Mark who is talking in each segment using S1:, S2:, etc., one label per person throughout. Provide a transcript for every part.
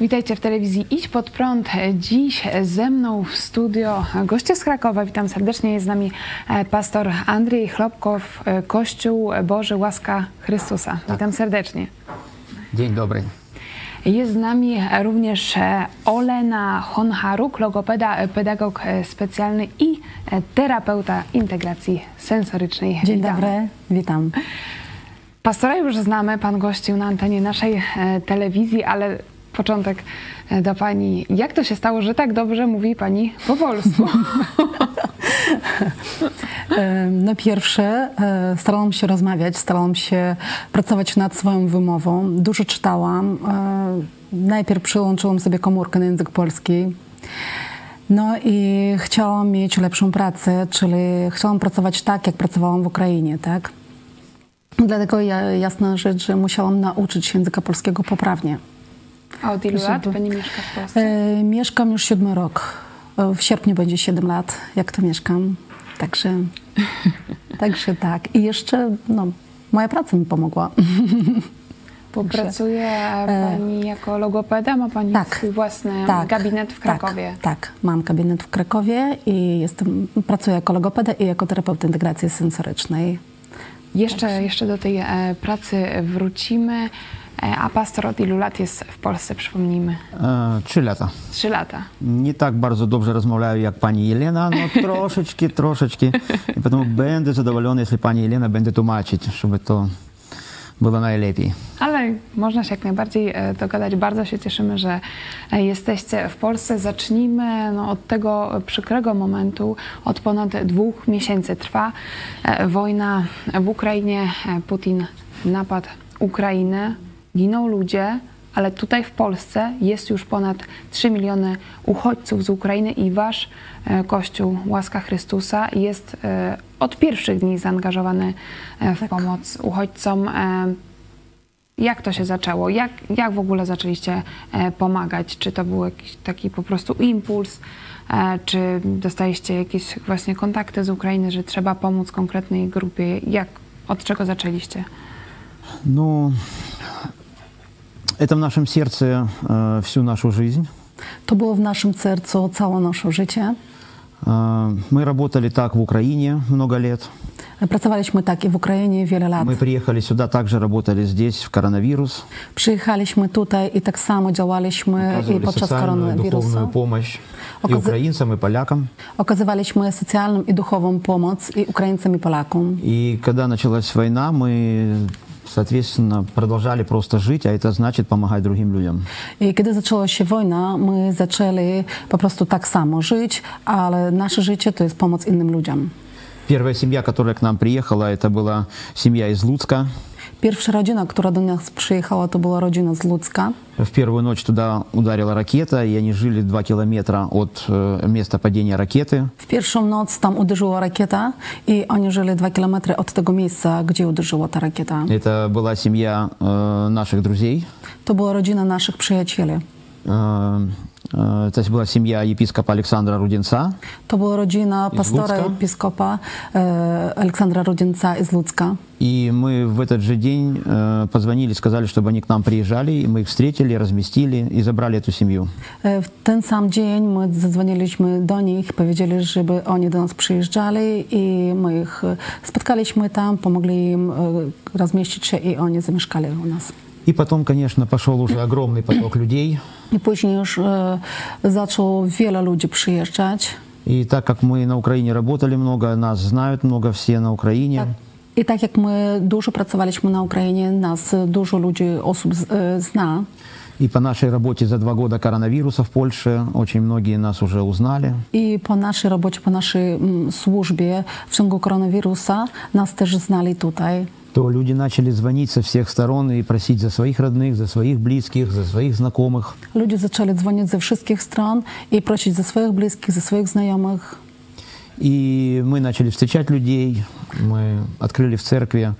S1: Witajcie w telewizji Idź Pod Prąd. Dziś ze mną w studio goście z Krakowa. Witam serdecznie. Jest z nami e, pastor Andrzej Chlopkow, e, Kościół Boży Łaska Chrystusa.
S2: Tak.
S1: Witam serdecznie.
S3: Dzień dobry.
S1: Jest z nami również e, Olena Honharuk, logopeda, e, pedagog e, specjalny i e, terapeuta integracji sensorycznej.
S2: Dzień
S1: Witamy.
S2: dobry, witam.
S1: Pastora już znamy, pan gościł na antenie naszej e, telewizji, ale początek e, do pani. Jak to się stało, że tak dobrze mówi pani po polsku?
S2: E, No pierwsze, e, starałam się rozmawiać, starałam się pracować nad swoją wymową. Dużo czytałam. E, Najpierw przyłączyłam sobie komórkę na język polski. No i chciałam mieć lepszą pracę, czyli chciałam pracować tak, jak pracowałam w Ukrainie, tak? Dlatego ja, jasna rzecz, że musiałam nauczyć się języka polskiego poprawnie.
S1: A od ilu
S2: Proszę
S1: lat
S2: bardzo.
S1: pani mieszka w Polsce?
S2: E, Mieszkam już siódmy rok. E, W sierpniu będzie 7 lat, jak to mieszkam. Także, także tak. I jeszcze no, moja praca mi pomogła.
S1: Bo pracuje pani jako logopeda, ma pani
S2: E, Tak.
S1: swój własny
S2: Tak,
S1: gabinet w Krakowie.
S2: Tak, tak, mam gabinet w Krakowie i jestem, pracuję jako logopeda i jako terapeuta integracji sensorycznej. Tak.
S1: Jeszcze, jeszcze do tej e, pracy wrócimy. E, a pastor od ilu lat jest w Polsce, przypomnijmy?
S3: E, trzy lata.
S1: Trzy lata.
S3: Nie tak bardzo dobrze rozmawiałem jak pani Jelena, no troszeczkę, troszeczkę. I potem będę zadowolony, jeśli pani Jelena będzie tłumaczyć, żeby to było najlepiej.
S1: Ale można się jak najbardziej e, dogadać. Bardzo się cieszymy, że e, jesteście w Polsce. Zacznijmy no, od tego przykrego momentu. Od ponad dwóch miesięcy trwa e, wojna w Ukrainie. E, Putin napadł Ukrainę. Giną ludzie, ale tutaj w Polsce jest już ponad 3 miliony uchodźców z Ukrainy i wasz e, Kościół Łaska Chrystusa jest e, od pierwszych dni zaangażowany e, w pomoc uchodźcom. E, jak to się zaczęło? Jak, jak w ogóle zaczęliście e, pomagać? Czy to był jakiś taki po prostu impuls? E, czy dostaliście jakieś właśnie kontakty z Ukrainy, że trzeba pomóc konkretnej grupie? Jak, od czego zaczęliście?
S3: Ну, это в нашем сердце э, всю нашу жизнь.
S2: To było w naszym sercu całe nasze życie.
S3: Э, мы работали так в Украине много лет.
S2: Pracowaliśmy tak i w Ukrainie wiele lat.
S3: Мы приехали сюда, также работали здесь, в коронавирус.
S2: Przyjechaliśmy tutaj i tak samo działaliśmy i
S3: Оказывали
S2: podczas
S3: социальную, духовную
S2: koronawirusa.
S3: помощь и
S2: Оказы-
S3: украинцам, и полякам.
S2: Okazywaliśmy socjalną i duchową pomoc i Ukraińcom i Polakom.
S3: И когда началась война, мы, соответственно, продолжали просто жить, а это значит помогать другим людям.
S2: I kiedy zaczęła się wojna, my zaczęli po prostu tak samo żyć, ale nasze życie to jest pomoc innym ludziom.
S3: Первая семья, которая к нам приехала, это была семья из Луцка.
S2: Pierwsza rodzina, która do nas przyjechała, to była rodzina z Ludzka.
S3: В первую ночь туда ударила ракета, и они жили два километра от э, места падения ракеты.
S2: W pierwszą noc tam uderzyła rakieta i oni żyli dwa kilometry od tego miejsca, gdzie uderzyła ta rakieta.
S3: Это была семья э, наших друзей.
S2: To była rodzina naszych przyjacieli.
S3: Э, э, это была семья епископа Александра Руденца.
S2: To była rodzina
S3: I z
S2: pastora
S3: Ludzka?
S2: i episkopa e, Aleksandra Rudzinca i z Ludzka.
S3: И мы в этот же день э, позвонили, сказали, чтобы они к нам приезжали, и мы их встретили, разместили и забрали эту семью.
S2: E, W ten sam dzień my zadzwoniliśmy do nich, powiedzieli, żeby oni do nas przyjeżdżali i my ich e, spotkaliśmy tam, pomogli im e, rozmieścić się i oni zamieszkali u nas.
S3: И потом, конечно, пошел уже огромный поток людей.
S2: I później już e, zaczęło wiele ludzi przyjeżdżać.
S3: И так как мы на Украине работали много, нас знают много все на Украине.
S2: I tak jak my dużo pracowaliśmy na Ukrainie, nas e, dużo ludzi, osób z, e, zna.
S3: И по нашей работе за два года коронавируса в Польше очень многие нас уже узнали.
S2: I po naszej robocie, po naszej mm, służbie w ciągu koronawirusa nas też znali tutaj.
S3: То люди начали звонить со всех сторон и просить за своих родных, за своих близких, за своих знакомых.
S2: Ludzie zaczęli dzwonić ze wszystkich stron i prosić ze swoich bliskich, ze swoich znajomych.
S3: И мы начали встречать людей. Мы открыли в церкви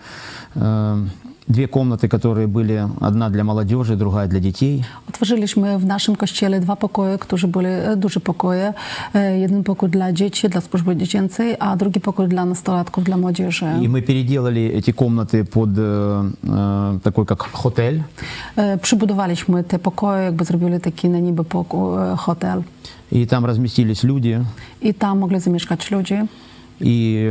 S3: э, две комнаты, которые были, одна для молодежи, другая для детей.
S2: Otworzyliśmy w naszym kościele dwa pokoje, które były e, duże pokoje. E, Jeden pokój dla dzieci, dla służby dziecięcej, a drugi pokój dla nastolatków, dla młodzieży.
S3: И мы переделали эти комнаты под э, э, такой как хотель.
S2: E, Przybudowaliśmy te pokoje, jakby zrobili taki na niby pokó- e, hotel.
S3: И там разместились люди.
S2: I tam mogli zamieszkać ludzie.
S3: И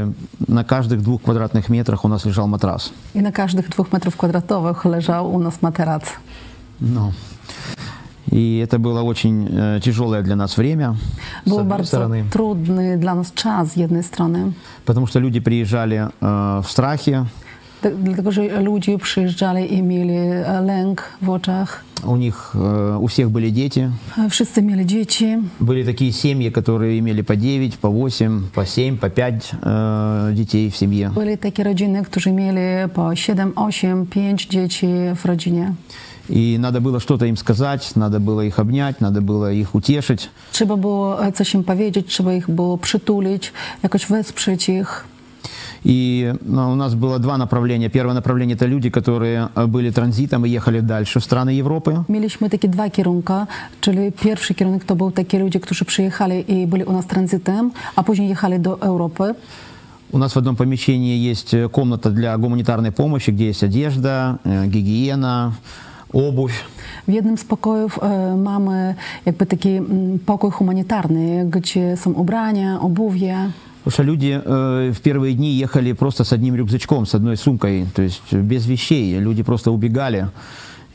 S3: на каждых двух квадратных метрах у нас лежал матрас.
S2: I na każdych dwóch metrów kwadratowych leżał u nas materac.
S3: Ну. И это было очень э, тяжелое для нас время, с
S2: Był
S3: одной
S2: bardzo
S3: стороны,
S2: trudny dla nas czas z jednej strony,
S3: потому что люди приезжали э, w strachе,
S2: D- dlatego że ludzie przyjeżdżali i mieli e, lęk w oczach.
S3: у них, э, у всех были дети,
S2: E, Wszyscy mieli dzieci.
S3: были такие семьи, которые имели по 9, по 8, по 7, по 5 э, детей в семье.
S2: Byli takie rodziny, którzy mieli po 7, 8, 5 dzieci w rodzinie.
S3: И надо было что-то им сказать, надо было их обнять, надо было их утешить.
S2: Trzeba było e, coś im powiedzieć, trzeba ich było przytulić, jakoś wesprzeć ich.
S3: И ну, у нас было два направления. Первое направление – это люди, которые э, были транзитом и ехали дальше в страны Европы.
S2: Mieliśmy takie dwa kierunki, czyli pierwszy kierunek to był takie ludzie, którzy przyjechali i byli u nas tranzytem, a później jechali do Europy.
S3: У нас в одном помещении есть э, комната для гуманитарной помощи, где есть одежда, э, гигиена, обувь.
S2: W jednym z pokojów e, mamy jakby taki mm, pokój humanitarny, gdzie są ubrania, obuwie.
S3: Потому что люди э, в первые дни ехали просто с одним рюкзачком, с одной сумкой, то есть э, без вещей. Люди просто убегали,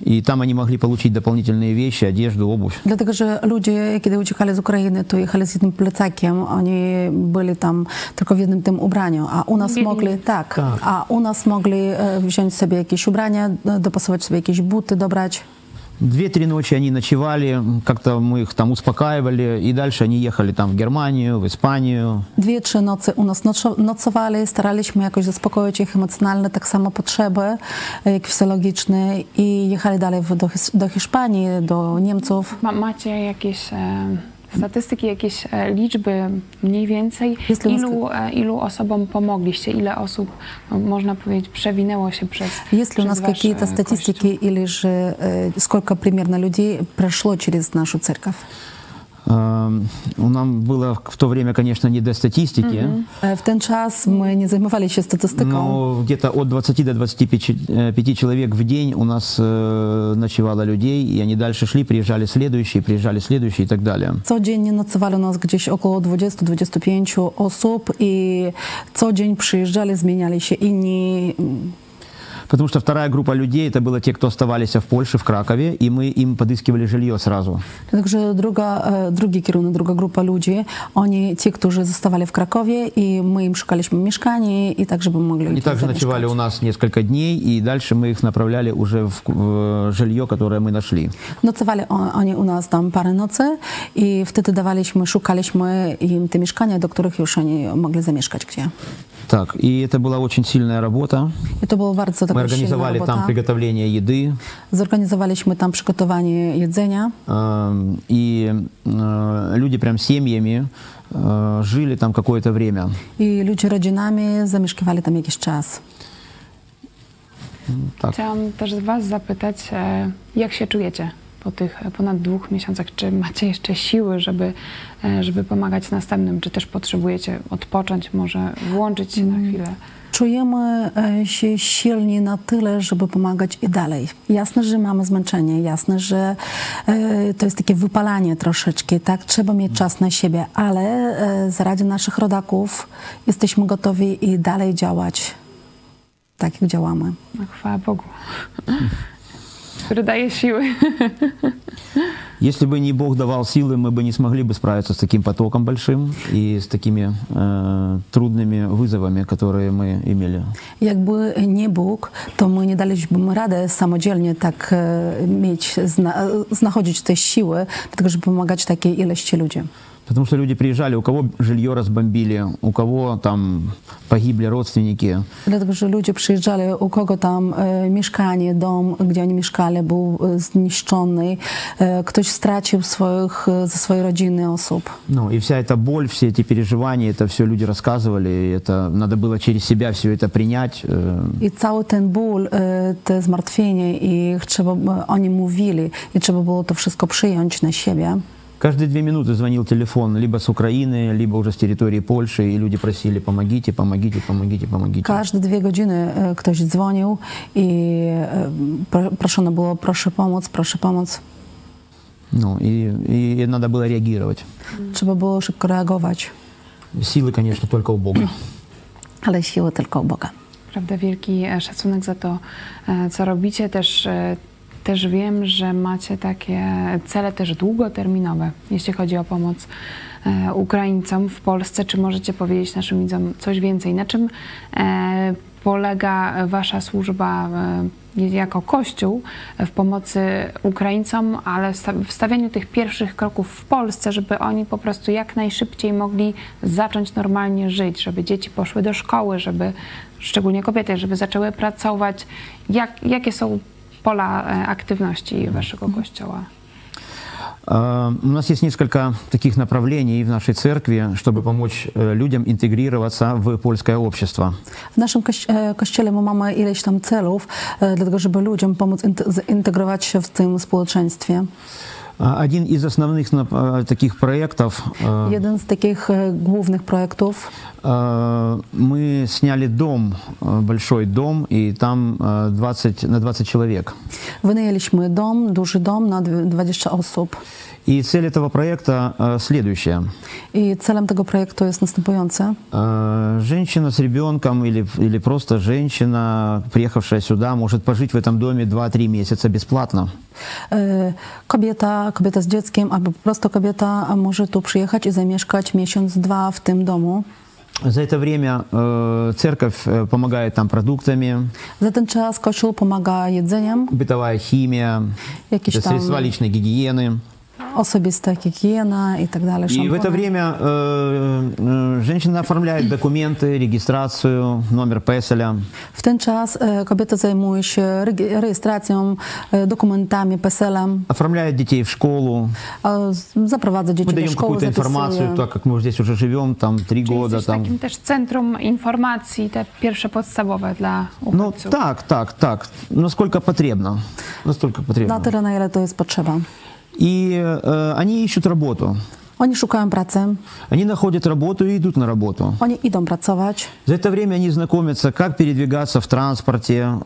S3: и там они могли получить дополнительные вещи, одежду, обувь.
S2: Dlatego, że ludzie, kiedy uciekali z Ukrainy, to jechali z jednym plecakiem, oni byli tam tylko w jednym tym ubraniu, a u nas
S1: Biedni.
S2: mogli, tak,
S3: Tak.
S2: a u nas mogli e, wziąć sobie jakieś ubrania, e, dopasować sobie jakieś buty, dobrać.
S3: Две-три ночи они ночевали, как-то мы их там успокаивали, и дальше они ехали там в Германию, в Испанию,
S2: Dwie, trzy noce u nas noco- nocowali, staraliśmy jakoś zaspokoić ich emocjonalne, tak samo potrzeby, e, jak fizjologiczne i jechali dalej w, do, His- do Hiszpanii, do Niemców.
S1: Ma, macie jakieś e, statystyki, jakieś e, liczby mniej więcej,
S2: Jest to
S1: ilu, e, ilu osobom pomogliście, ile osób, no, można powiedzieć, przewinęło się przez
S2: Есть ли
S1: przez
S2: у нас
S1: wasz,
S2: какие-то
S1: e,
S2: статистики
S1: kościół?
S2: или же э, сколько примерно людей прошло через нашу церковь?
S3: Эм, у Нам было в то время, конечно, не до статистики,
S2: Э, В тот час мы не занимались еще статистикой.
S3: но где-то от 20 до 25 э, пяти человек в день у нас э, ночевало людей, и они дальше шли, приезжали следующие, приезжали следующие и так далее.
S2: Codziennie nocowali u nas gdzieś około 20-25 osób i co dzień przyjeżdżali, zmieniali się inni.
S3: Потому что вторая группа людей, это было те, кто оставались в Польше, в Кракове, и мы им подыскивали жилье сразу.
S2: Także druga, e, drugi kierunek, druga grupa ludzi, oni ci, którzy zostawali w Krakowie i my im szukaliśmy mieszkanie i tak, żeby mogli tak.
S3: Они
S2: tutaj
S3: также ночевали
S2: zamieszkać.
S3: у нас несколько дней, и дальше мы их направляли уже в, в э, жилье, которое мы нашли.
S2: Nocowali o- oni u nas tam parę nocy i wtedy dawaliśmy, szukaliśmy im te mieszkania, do których już oni mogli zamieszkać gdzie.
S3: Так, и это была очень сильная работа.
S2: I to było bardzo
S3: Мы
S2: taka silna
S3: организовали там
S2: robota.
S3: приготовление еды,
S2: Zorganizowaliśmy tam przygotowanie jedzenia.
S3: эм, и э, люди прям семьями э, жили там какое-то время.
S2: I ludzie rodzinami zamieszkiwali tam jakiś czas.
S3: Так.
S1: Chciałam też Was zapytać, e, jak się czujecie po tych e, ponad dwóch miesiącach? Czy macie jeszcze siły, żeby, e, żeby pomagać następnym? Czy też potrzebujecie odpocząć, może włączyć się na chwilę?
S2: Czujemy e, się silni na tyle, żeby pomagać i dalej. Jasne, że mamy zmęczenie, jasne, że e, to jest takie wypalanie troszeczkę, tak? Trzeba mieć czas na siebie, ale e, z radzie naszych rodaków jesteśmy gotowi i dalej działać tak, jak działamy.
S1: No, chwała Bogu, który daje siły.
S3: Если бы не Бог давал силы, мы бы не смогли бы справиться с таким потоком большим и с такими э, трудными вызовами, которые мы имели.
S2: Jakby nie Bóg, to my nie daliśmy rady samodzielnie tak e, mieć, zna, znachodzić te siły, dlatego żeby pomagać takiej ilości ludzi.
S3: Потому что люди приезжали, у кого жилье разбомбили, у кого там погибли родственники.
S2: Dlatego, że ludzie przyjeżdżali, u kogo tam e, mieszkanie, dom, gdzie oni mieszkali, był e, zniszczony, e, ktoś stracił swoich, e, ze swojej rodziny osób.
S3: Ну, и вся эта боль, все эти переживания, это все люди рассказывали, и это надо было через себя все это принять. э,
S2: I cały ten ból, e, te zmartwienie i trzeba, e, oni mówili i trzeba było to wszystko przyjąć na siebie.
S3: Каждые две минуты звонил телефон либо с Украины, либо уже с территории Польши, и люди просили «помогите, помогите, помогите, помогите».
S2: Każde dwie godziny e, ktoś dzwonił i e, pro- proszono było, proszę pomóc, proszę pomóc.
S3: Ну, и, и надо было реагировать.
S2: Trzeba było szybko reagować,
S3: Силы, конечно, только у Бога.
S2: ale siły tylko u Boga.
S1: Prawda, wielki e, szacunek za to, e, co robicie. Też, e, też wiem, że macie takie cele też długoterminowe, jeśli chodzi o pomoc e, Ukraińcom w Polsce. Czy możecie powiedzieć naszym widzom coś więcej? Na czym e, polega wasza służba e, jako Kościół w pomocy Ukraińcom, ale sta- w stawianiu tych pierwszych kroków w Polsce, żeby oni po prostu jak najszybciej mogli zacząć normalnie żyć, żeby dzieci poszły do szkoły, żeby szczególnie kobiety, żeby zaczęły pracować. Jak, jakie są pola e, aktywności waszego kościoła?
S3: Э, У нас есть несколько таких направлений в нашей церкви, чтобы помочь э, людям интегрироваться в польское общество.
S2: W naszym koś- e, kościele my mamy ileś tam celów, e, dlatego żeby ludziom pomóc int- zintegrować się w tym społeczeństwie.
S3: А, Один из основных нап- э, takich проектов э,
S2: Jeden z takich e, głównych projektów,
S3: Э, мы сняли дом, э, большой дом, и там э, 20, на 20 человек.
S2: wynajęliśmy dom, duży dom na dwie- 20 osób.
S3: И цель этого проекта э, следующая.
S2: I celem tego projektu jest następujące.
S3: Э, Женщина с ребенком или, или просто женщина, приехавшая сюда, может пожить в этом доме 2-3 месяца бесплатно.
S2: E, Kobieta, kobieta z dzieckiem, albo po prostu kobieta może tu przyjechać i zamieszkać miesiąc, dwa w tym domu.
S3: За это время э, церковь э, помогает там продуктами,
S2: Za ten czas kościół pomaga jedzeniem,
S3: бытовая химия,
S2: Якісь там-
S3: средства личной гигиены.
S2: osobista higiena i tak dalej.
S3: И в это
S2: szampony.
S3: время э, э, женщина оформляет документы, регистрацию, номер PESELя.
S2: W ten czas e, kobieta zajmuje się regi- rejestracją, e, dokumentami, PESEL-em,
S3: Оформляет детей в школу.
S2: e, z- zaprowadza
S3: Мы
S2: dzieci do
S3: даем
S2: szkoły,
S3: какую-то информацию,
S2: zapisuje.
S3: так как мы уже здесь уже живем, там
S1: Czyli
S3: три года.
S1: jesteś
S3: Там.
S1: takim też centrum informacji, te pierwsze podstawowe dla
S3: Ну
S1: uchodźców.
S3: так, так, так. Насколько потребно. Настолько
S2: Na
S3: потребно.
S2: tyle, na ile to jest potrzeba.
S3: И э, они ищут работу.
S2: Oni szukają pracy,
S3: Они находят работу и идут на работу.
S2: oni idą pracować,
S3: За это время они знакомятся, как передвигаться в транспорте,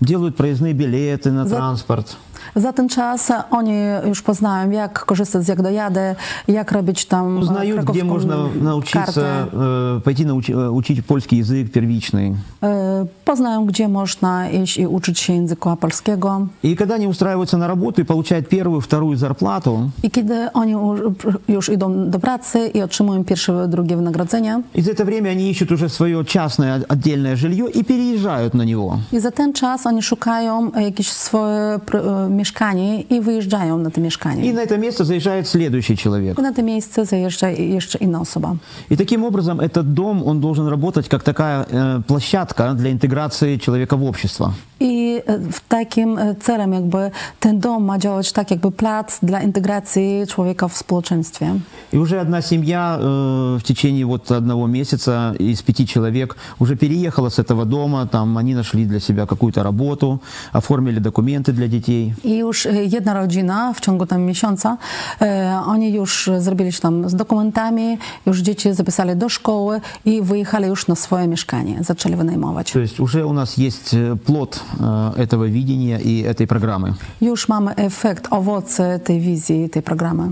S3: делают проездные билеты на
S2: За-
S3: транспорт.
S2: Za ten czas oni już poznają, jak korzystać z jak dojadę, jak robić tam. e,
S3: Узнают,
S2: krakowską
S3: где можно
S2: kartę.
S3: научиться, э, пойти научи- э, учить польский язык первичный.
S2: E, Poznają, gdzie można iść i uczyć się języka polskiego.
S3: И когда они устраиваются на работу и получают первую, wторую зарплату,
S2: I kiedy oni u- już idą do pracy i otrzymują pierwsze, drugie wynagrodzenie,
S3: и за это время они ищут уже свое частное отдельное жилье и переезжают на него.
S2: i za ten czas oni szukają e, jakieś swoje pr- e, mieszkanie i wyjeżdżają na to
S3: И
S2: mieszkanie.
S3: на это место заезжает следующий человек.
S2: I na to miejsce zajeżdża jeszcze inna osoba.
S3: И таким образом этот дом, он должен работать как такая э, площадка для интеграции человека в общество.
S2: I e, w takim e, celem jakby ten dom ma działać tak jakby plac dla integracji człowieka w społeczeństwie.
S3: И уже одна семья э, в течение вот одного месяца из пяти человек уже переехала с этого дома, там они нашли для себя какую-то работу, оформили документы для детей.
S2: I już e, jedna rodzina w ciągu tam miesiąca, e, oni już zrobili się tam z dokumentami, już dzieci zapisali do szkoły i wyjechali już na swoje mieszkanie, zaczęli wynajmować.
S3: То есть уже у нас есть э, плод э, этого видения и этой программы.
S2: Już mamy efekt, owoce tej wizji, tej programy.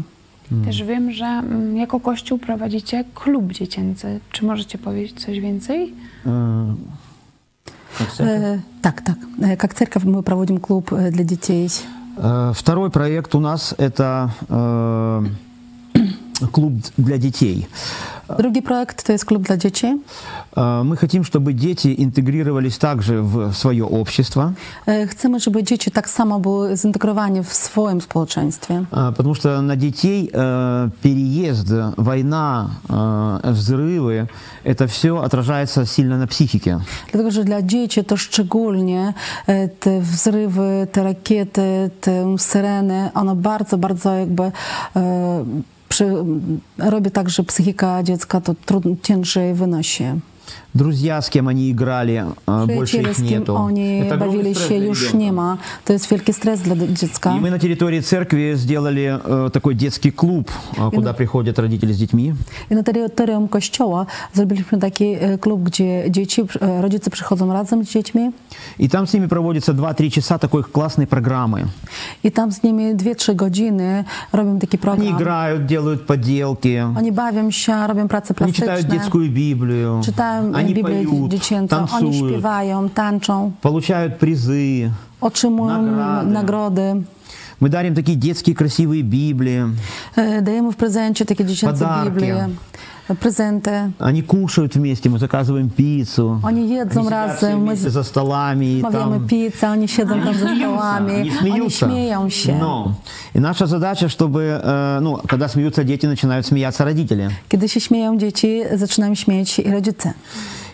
S1: Też wiem, że mm, jako kościół prowadzicie klub dziecięcy. Czy możecie powiedzieć coś więcej?
S3: Э,
S2: E, tak, tak. E, Jak cerkiew my prowadzimy klub e, dla dzieci.
S3: э, Второй проект у нас это э, клуб для детей.
S2: Drugi projekt to jest klub dla dzieci.
S3: Э, Мы хотим, чтобы дети интегрировались также в свое общество,
S2: E, Chcemy, żeby dzieci tak samo były zintegrowane w swoim społeczeństwie.
S3: э, потому что на детей э, переезд, э, война, э, взрывы, это все отражается сильно на психике.
S2: Dlatego, że dla dzieci to szczególnie e, te wzrywy, te rakiety, te syreny, ono bardzo, bardzo jakby e, przy, robi tak, że psychika dziecka to trudno, ciężej wynosi.
S3: Друзья, с кем они играли, э, больше
S2: Przyjaciele,
S3: их
S2: z kim
S3: нету.
S2: oni
S3: Это огромный
S2: bawili
S3: стресс
S2: się,
S3: для
S2: już
S3: ребенка.
S2: nie ma. To jest wielki stres dla d- dziecka.
S3: И мы на территории церкви сделали э, такой детский клуб, э, куда приходят родители с детьми.
S2: I na terytorium kościoła zrobiliśmy taki e, klub, gdzie dzieci, e, rodzice przychodzą razem z dziećmi
S3: И там с ними проводится 2-3 czasa такой классной программы.
S2: i tam z nimi 2-3 godziny robią taki
S3: Они
S2: program.
S3: играют, делают поделки,
S2: Oni bawią się, robią prace
S3: они читают
S2: plastyczne.
S3: детскую Библию,
S2: Czytałem
S3: они
S2: Biblię
S3: поют,
S2: dziecięcą, oni
S3: танцуют,
S2: śpiewają, tańczą,
S3: получают призы.
S2: otrzymują
S3: Nagrody.
S2: nagrody.
S3: Мы дарим такие детские красивые Библии.
S2: E, Dajemy w prezencie takie dziecięce
S3: Podarki.
S2: Biblie, e, prezenty.
S3: Они кушают вместе, мы заказываем пиццу.
S2: Oni
S3: Они
S2: jedzą
S3: сидят все
S2: razem, my
S3: вместе за столами. и
S2: mawiamy
S3: там...
S2: pizzę, oni siedzą tam za
S3: Они
S2: stołami, oni
S3: смеются.
S2: śmieją się. No.
S3: Но. И наша задача, чтобы, э, ну, когда смеются дети, начинают смеяться родители.
S2: Kiedy się śmieją dzieci, zaczynają śmieć się i rodzice.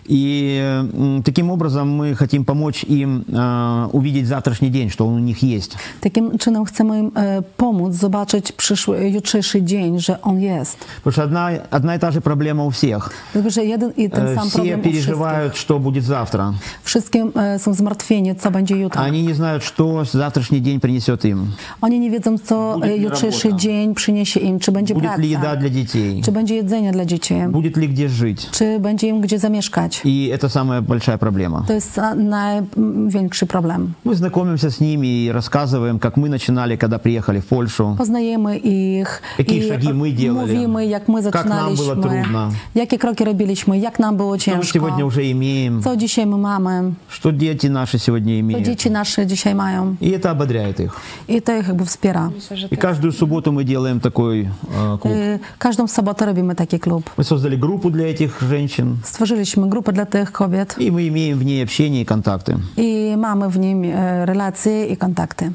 S3: И м, таким образом мы хотим помочь им э, увидеть завтрашний день, что он у них есть.
S2: Takim czynem chcemy im e, pomóc zobaczyć przyszły, jutrzejszy dzień, że on jest.
S3: Потому что одна, одна и та же проблема у всех.
S2: Dlatego, że jeden i ten
S3: Э,
S2: sam
S3: Все
S2: problem u wszystkich.
S3: переживают, что будет завтра.
S2: Wszystkim e, są zmartwieni, co będzie jutro.
S3: А Они не знают, что завтрашний день принесет им.
S2: Oni nie wiedzą, co
S3: Budzi
S2: e,
S3: mnie
S2: jutrzejszy
S3: robota.
S2: dzień przyniesie im, czy będzie
S3: Будет ли еда
S2: praca,
S3: для детей?
S2: czy będzie jedzenie dla dzieci,
S3: Будет ли где жить?
S2: czy będzie im gdzie zamieszkać.
S3: И это самая большая проблема.
S2: To jest a, największy problem.
S3: Мы знакомимся с ними и рассказываем, как мы начинали, когда приехали в Польшу.
S2: Poznajemy ich
S3: Jakie
S2: i
S3: szagi my делали?
S2: mówimy, jak my
S3: Jak nam było
S2: zaczynaliśmy,
S3: trudno?
S2: jakie kroki robiliśmy, jak nam było
S3: Что мы
S2: ciężko,
S3: сегодня уже имеем?
S2: co dzisiaj my mamy,
S3: Что дети наши сегодня
S2: co
S3: имеют?
S2: dzieci nasze dzisiaj mają.
S3: И это ободряет их.
S2: I to ich jakby wspiera.
S1: Myślę, że
S3: И каждую субботу мы делаем такой э, клуб.
S2: Y, Każdą sobotę robimy taki klub.
S3: Мы создали группу для этих женщин,
S2: Stworzyliśmy grupę dla tych kobiet
S3: и мы имеем в ней общение и контакты.
S2: i mamy w nim e, relacje i kontakty.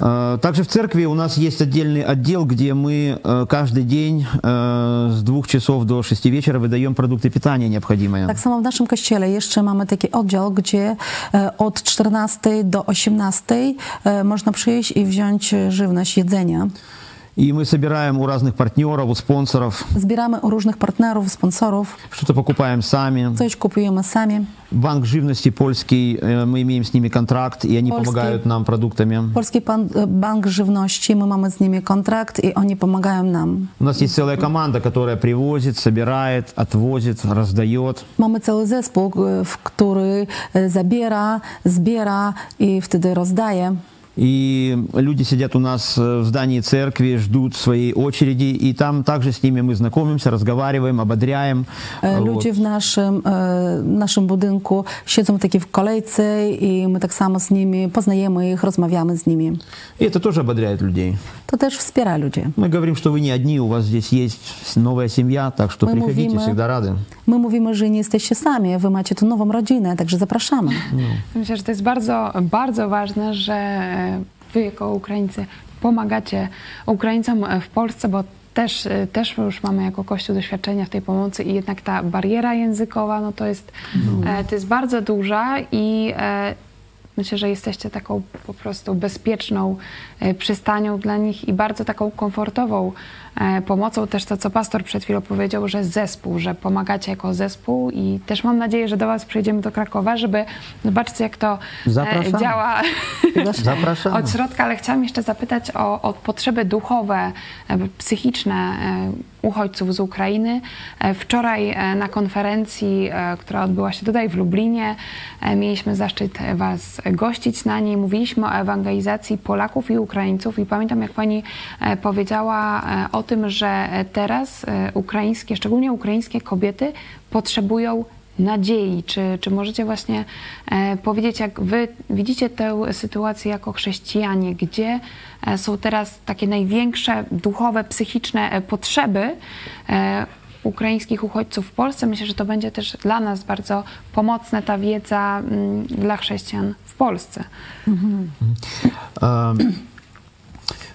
S3: Э, Также в церкви у нас есть отдельный отдел, где мы э, каждый день э, с двух часов до шести вечера выдаем продукты питания необходимые.
S2: Tak samo w naszym kościele jeszcze mamy taki oddział, gdzie e, od 14 do 18 e, można przyjść i wziąć e, żywność, jedzenie.
S3: И мы собираем у разных партнеров, у спонсоров,
S2: Zbieramy u różnych partnerów, sponsorów,
S3: что-то покупаем сами.
S2: coś kupujemy sami.
S3: Банк живности польский, э, мы имеем с ними контракт, и они
S2: Польский.
S3: помогают нам продуктами.
S2: Polski Pan, e, Bank Żywności, my mamy z nimi kontrakt i oni pomagają nam.
S3: У нас есть целая команда, которая привозит, собирает, отвозит, раздает.
S2: Mamy cały zespół, e, w który e, zabiera, zbiera i wtedy rozdaje.
S3: И люди сидят у нас э, в здании церкви, ждут своей очереди, и там также с ними мы знакомимся, разговариваем, ободряем.
S2: E,
S3: Вот.
S2: Ludzie w naszym, e, naszym budynku siedzą takie w kolejce i my tak samo z nimi poznajemy ich, rozmawiamy z nimi.
S3: И это тоже ободряет людей.
S2: To też wspiera ludzi.
S3: Мы говорим, что вы не одни, у вас здесь есть с- новая семья, так что
S2: Мы
S3: приходите,
S2: мувим, э,
S3: всегда рады.
S2: My mówimy, że nie jesteście sami, wy macie tu nową rodzinę, także zapraszamy.
S1: Myślę, że to jest bardzo, bardzo ważne, że wy jako Ukraińcy pomagacie Ukraińcom w Polsce, bo też, też już mamy jako Kościół doświadczenia w tej pomocy i jednak ta bariera językowa, no to jest, e, to jest bardzo duża i e, myślę, że jesteście taką po prostu bezpieczną e, przystanią dla nich i bardzo taką komfortową e, pomocą. Też to, co pastor przed chwilą powiedział, że zespół, że pomagacie jako zespół i też mam nadzieję, że do was przyjedziemy do Krakowa, żeby zobaczyć, jak to e,
S3: Zapraszamy.
S1: działa
S3: Zapraszamy.
S1: od środka, ale chciałam jeszcze zapytać o, o potrzeby duchowe, e, psychiczne e, uchodźców z Ukrainy. E, Wczoraj e, na konferencji, e, która odbyła się tutaj w Lublinie, e, mieliśmy zaszczyt Was gościć na niej. Mówiliśmy o ewangelizacji Polaków i Ukraińców i pamiętam, jak Pani e, powiedziała e, o tym, że teraz e, ukraińskie, szczególnie ukraińskie kobiety potrzebują nadziei? Czy, czy możecie właśnie e, powiedzieć, jak wy widzicie tę sytuację jako chrześcijanie, gdzie e, są teraz takie największe duchowe, psychiczne e, potrzeby e, ukraińskich uchodźców w Polsce? Myślę, że to będzie też dla nas bardzo pomocne ta wiedza mm, dla chrześcijan w Polsce.
S3: Э,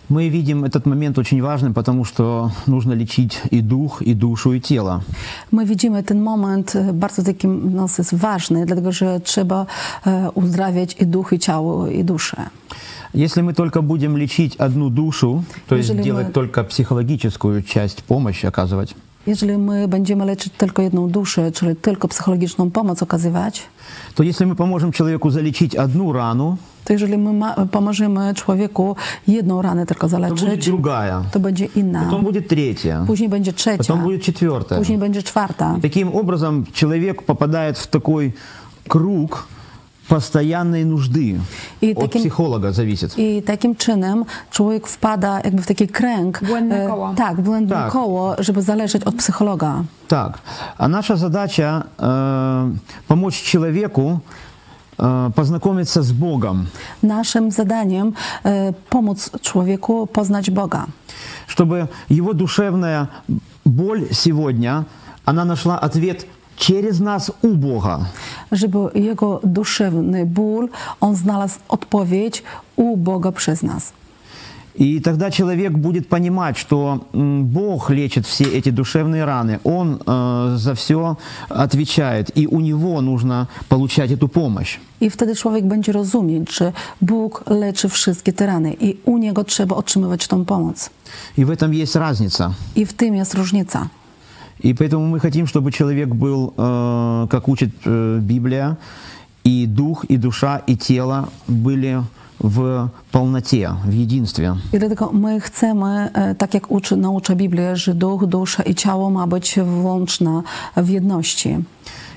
S3: Мы видим этот момент очень важным, потому что нужно лечить и дух, и душу, и тело.
S2: My widzimy ten moment e, bardzo taki dla nas jest ważny, dlatego że trzeba e, uzdrawiać i duch, i ciało, i duszę.
S3: Если мы только будем лечить одну душу, то есть
S2: Если мы-
S3: делать только психологическую часть помощь оказывать,
S2: Jeżeli my będziemy leczyć tylko jedną duszę, czyli tylko psychologiczną pomoc okazywać,
S3: то если мы поможем человеку залечить одну рану,
S2: to jeżeli my ma- pomożemy człowieku jedną ranę tylko
S3: то будет
S2: zaleczyć,
S3: другая,
S2: to będzie inna.
S3: потом будет третья,
S2: Później będzie trzecia,
S3: потом будет четвертая.
S2: później będzie czwarta.
S3: Таким образом, человек попадает в такой круг постоянной нужды.
S2: И
S3: От
S2: таким-
S3: психолога зависит.
S2: I takim czynem człowiek wpada jakby w taki kręg.
S1: Błędne
S2: e,
S1: koło.
S2: Tak, błędne
S3: Tak.
S2: koło, żeby zależeć od psychologa.
S3: Так, а наша задача э, помочь человеку э, познакомиться с Богом,
S2: Naszym zadaniem e, pomóc człowieku poznać Boga,
S3: чтобы его душевная боль сегодня, она нашла ответ через нас у Бога.
S2: żeby jego duszewny ból, on znalazł odpowiedź u Boga przez nas.
S3: И тогда человек будет понимать, что м, Бог лечит все эти душевные раны, Он э, за все отвечает, и у Него нужно получать эту помощь.
S2: I wtedy człowiek będzie rozumieć, że Bóg leczy wszystkie te rany i u niego trzeba otrzymywać tą pomoc.
S3: И в этом есть разница.
S2: I w tym jest różnica.
S3: И поэтому мы хотим, чтобы человек был, э, как учит э, Библия, и дух, и душа, и тело были в полноте, в единстве.
S2: I dlatego my chcemy, e, tak jak uczy, naucza Biblia, że duch, dusza i ciało ma być włączna w jedności.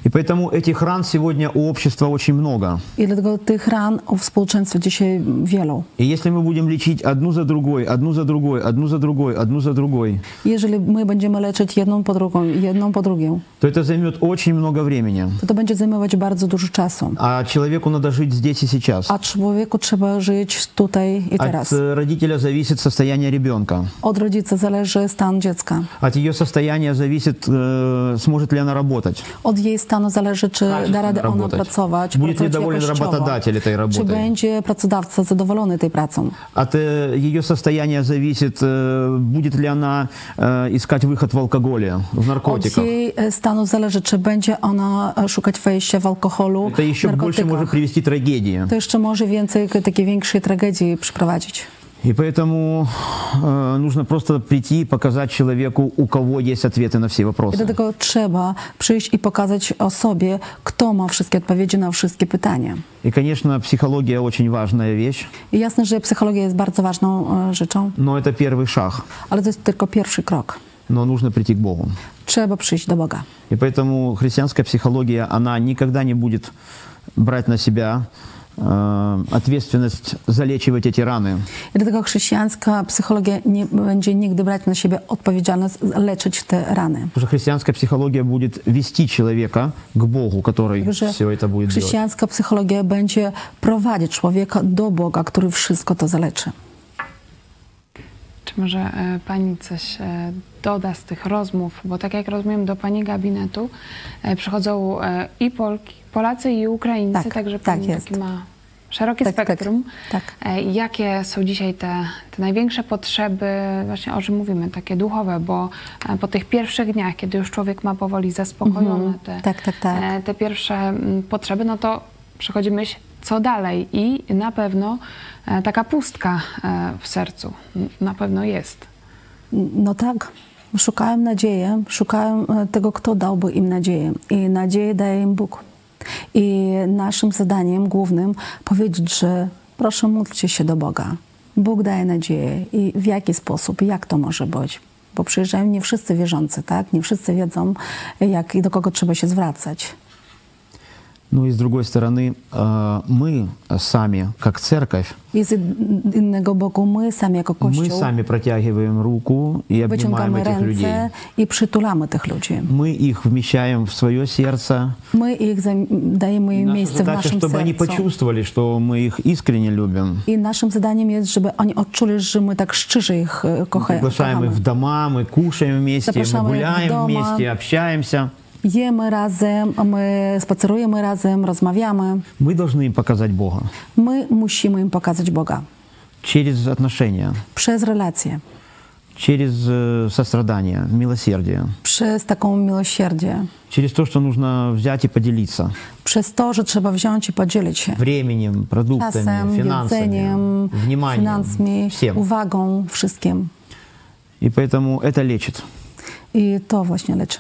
S3: И поэтому этих ран сегодня у общества очень много.
S2: I dlatego tych ran w współczęstwie dzisiaj wielu.
S3: И если мы будем лечить одну за другой, одну за другой, одnu за другой, одну за другой,
S2: Jeżeli my będziemy leczyć jedną po drugą, jedną po drugą,
S3: то это займет очень много времени.
S2: to to będzie zajmować bardzo dużo czasu.
S3: А человеку надо жить здесь и сейчас.
S2: A człowieku trzeba żyć tutaj i
S3: От
S2: teraz.
S3: э, родителя зависит состояние ребенка.
S2: Od rodzica zależy stan dziecka.
S3: От ее состояния зависит, э, сможет ли она работать.
S2: Od jej stanu zależy, czy
S3: Kazać
S2: da radę ona
S3: работать.
S2: pracować,
S3: Будет
S2: pracować
S3: недоволен
S2: jakościowo.
S3: работодатель этой
S2: Czy
S3: работой.
S2: będzie pracodawca zadowolony tej pracą?
S3: От э, ее состояния зависит, э, будет ли она э, искать wychod w alkoholie, w
S2: Od
S3: narkotykach.
S2: jej e, stanu zależy, czy będzie ona e, szukać wejścia w alkoholu,
S3: Это еще больше может
S2: narkotykach.
S3: привести к трагедии.
S2: To jeszcze może więcej k- takiej większej tragedii przyprowadzić.
S3: И поэтому э, нужно просто прийти и показать человеку, у кого есть ответы на все
S2: I
S3: вопросы.
S2: dlatego trzeba przyjść i pokazać osobie, kto ma wszystkie odpowiedzi na wszystkie pytania.
S3: И, конечно, психология очень важная wieś,
S2: I jasne, że psychologia jest bardzo ważną e, rzeczą,
S3: но это первый шаг.
S2: ale to jest tylko pierwszy krok.
S3: Но нужно прийти к Богу.
S2: Trzeba przyjść do Boga.
S3: И поэтому христианская психология, она никогда не будет брать на себя э, ответственность залечивать эти раны.
S2: I dlatego chrześcijańska psychologia nie będzie nigdy brać na siebie odpowiedzialność z- leczyć te rany.
S3: Потому что христианская психология будет вести человека к Богу, который
S2: Dlatego, że
S3: все это будет делать.
S2: chrześcijańska psychologia będzie prowadzić człowieka do Boga, który wszystko to zaleczy.
S1: Czy może e, Pani coś e, doda z tych rozmów? Bo tak jak rozumiem, do Pani gabinetu e, przychodzą e, i Polki, Polacy, i Ukraińcy,
S2: Tak,
S1: także
S2: tak
S1: Pani
S2: jest.
S1: taki ma szerokie
S2: Tak, tak,
S1: spektrum.
S2: tak.
S1: E, Jakie są dzisiaj te, te największe potrzeby, właśnie o czym mówimy, takie duchowe, bo e, po tych pierwszych dniach, kiedy już człowiek ma powoli zaspokojone
S2: Mhm.
S1: te,
S2: Tak, tak, tak.
S1: e, te pierwsze mm, potrzeby, no to przychodzi myśl, co dalej? I na pewno e, taka pustka e, w sercu n- na pewno jest.
S2: No tak. Szukałem nadzieję, szukałem e, tego, kto dałby im nadzieję. I nadzieję daje im Bóg. I naszym zadaniem głównym powiedzieć, że proszę módlcie się do Boga. Bóg daje nadzieję i w jaki sposób, jak to może być. Bo przyjeżdżają nie wszyscy wierzący, tak? Nie wszyscy wiedzą, jak i do kogo trzeba się zwracać.
S3: Ну и с другой стороны, э, мы сами, как церковь,
S2: I z innego boku my sami jako Kościół
S3: мы сами протягиваем руку и обнимаем
S2: wyciągamy
S3: этих людей.
S2: ręce i przytulamy tych ludzi.
S3: Мы их wмещаем в свое сердце.
S2: My ich zaj- dajemy im
S3: Наша
S2: miejsce w
S3: задача,
S2: naszym
S3: чтобы они
S2: sercu.
S3: почувствовали, что мы их искренне любим.
S2: I naszym zadaniem jest, żeby oni odczuli, że my tak szczerze ich e, kocha-
S3: Приглашаем их
S2: kochamy.
S3: в дома, мы кушаем вместе, мы
S2: Запрошаем их в
S3: гуляем
S2: дома.
S3: вместе, общаемся.
S2: Jemy razem, my spacerujemy razem, rozmawiamy.
S3: Мы должны им показать Бога
S2: My musimy im pokazać Boga
S3: через отношения,
S2: przez relacje,
S3: через э, сострадание, милосердие,
S2: przez taką miłosierdzie,
S3: через то, что нужно взять и поделиться
S2: przez to, że trzeba wziąć i podzielić się
S3: временем, продуктами,
S2: czasem,
S3: финансами,
S2: jedzeniem,
S3: вниманием,
S2: finansami,
S3: всем.
S2: uwagą, wszystkim.
S3: И поэтому это лечит.
S2: I to właśnie leczy.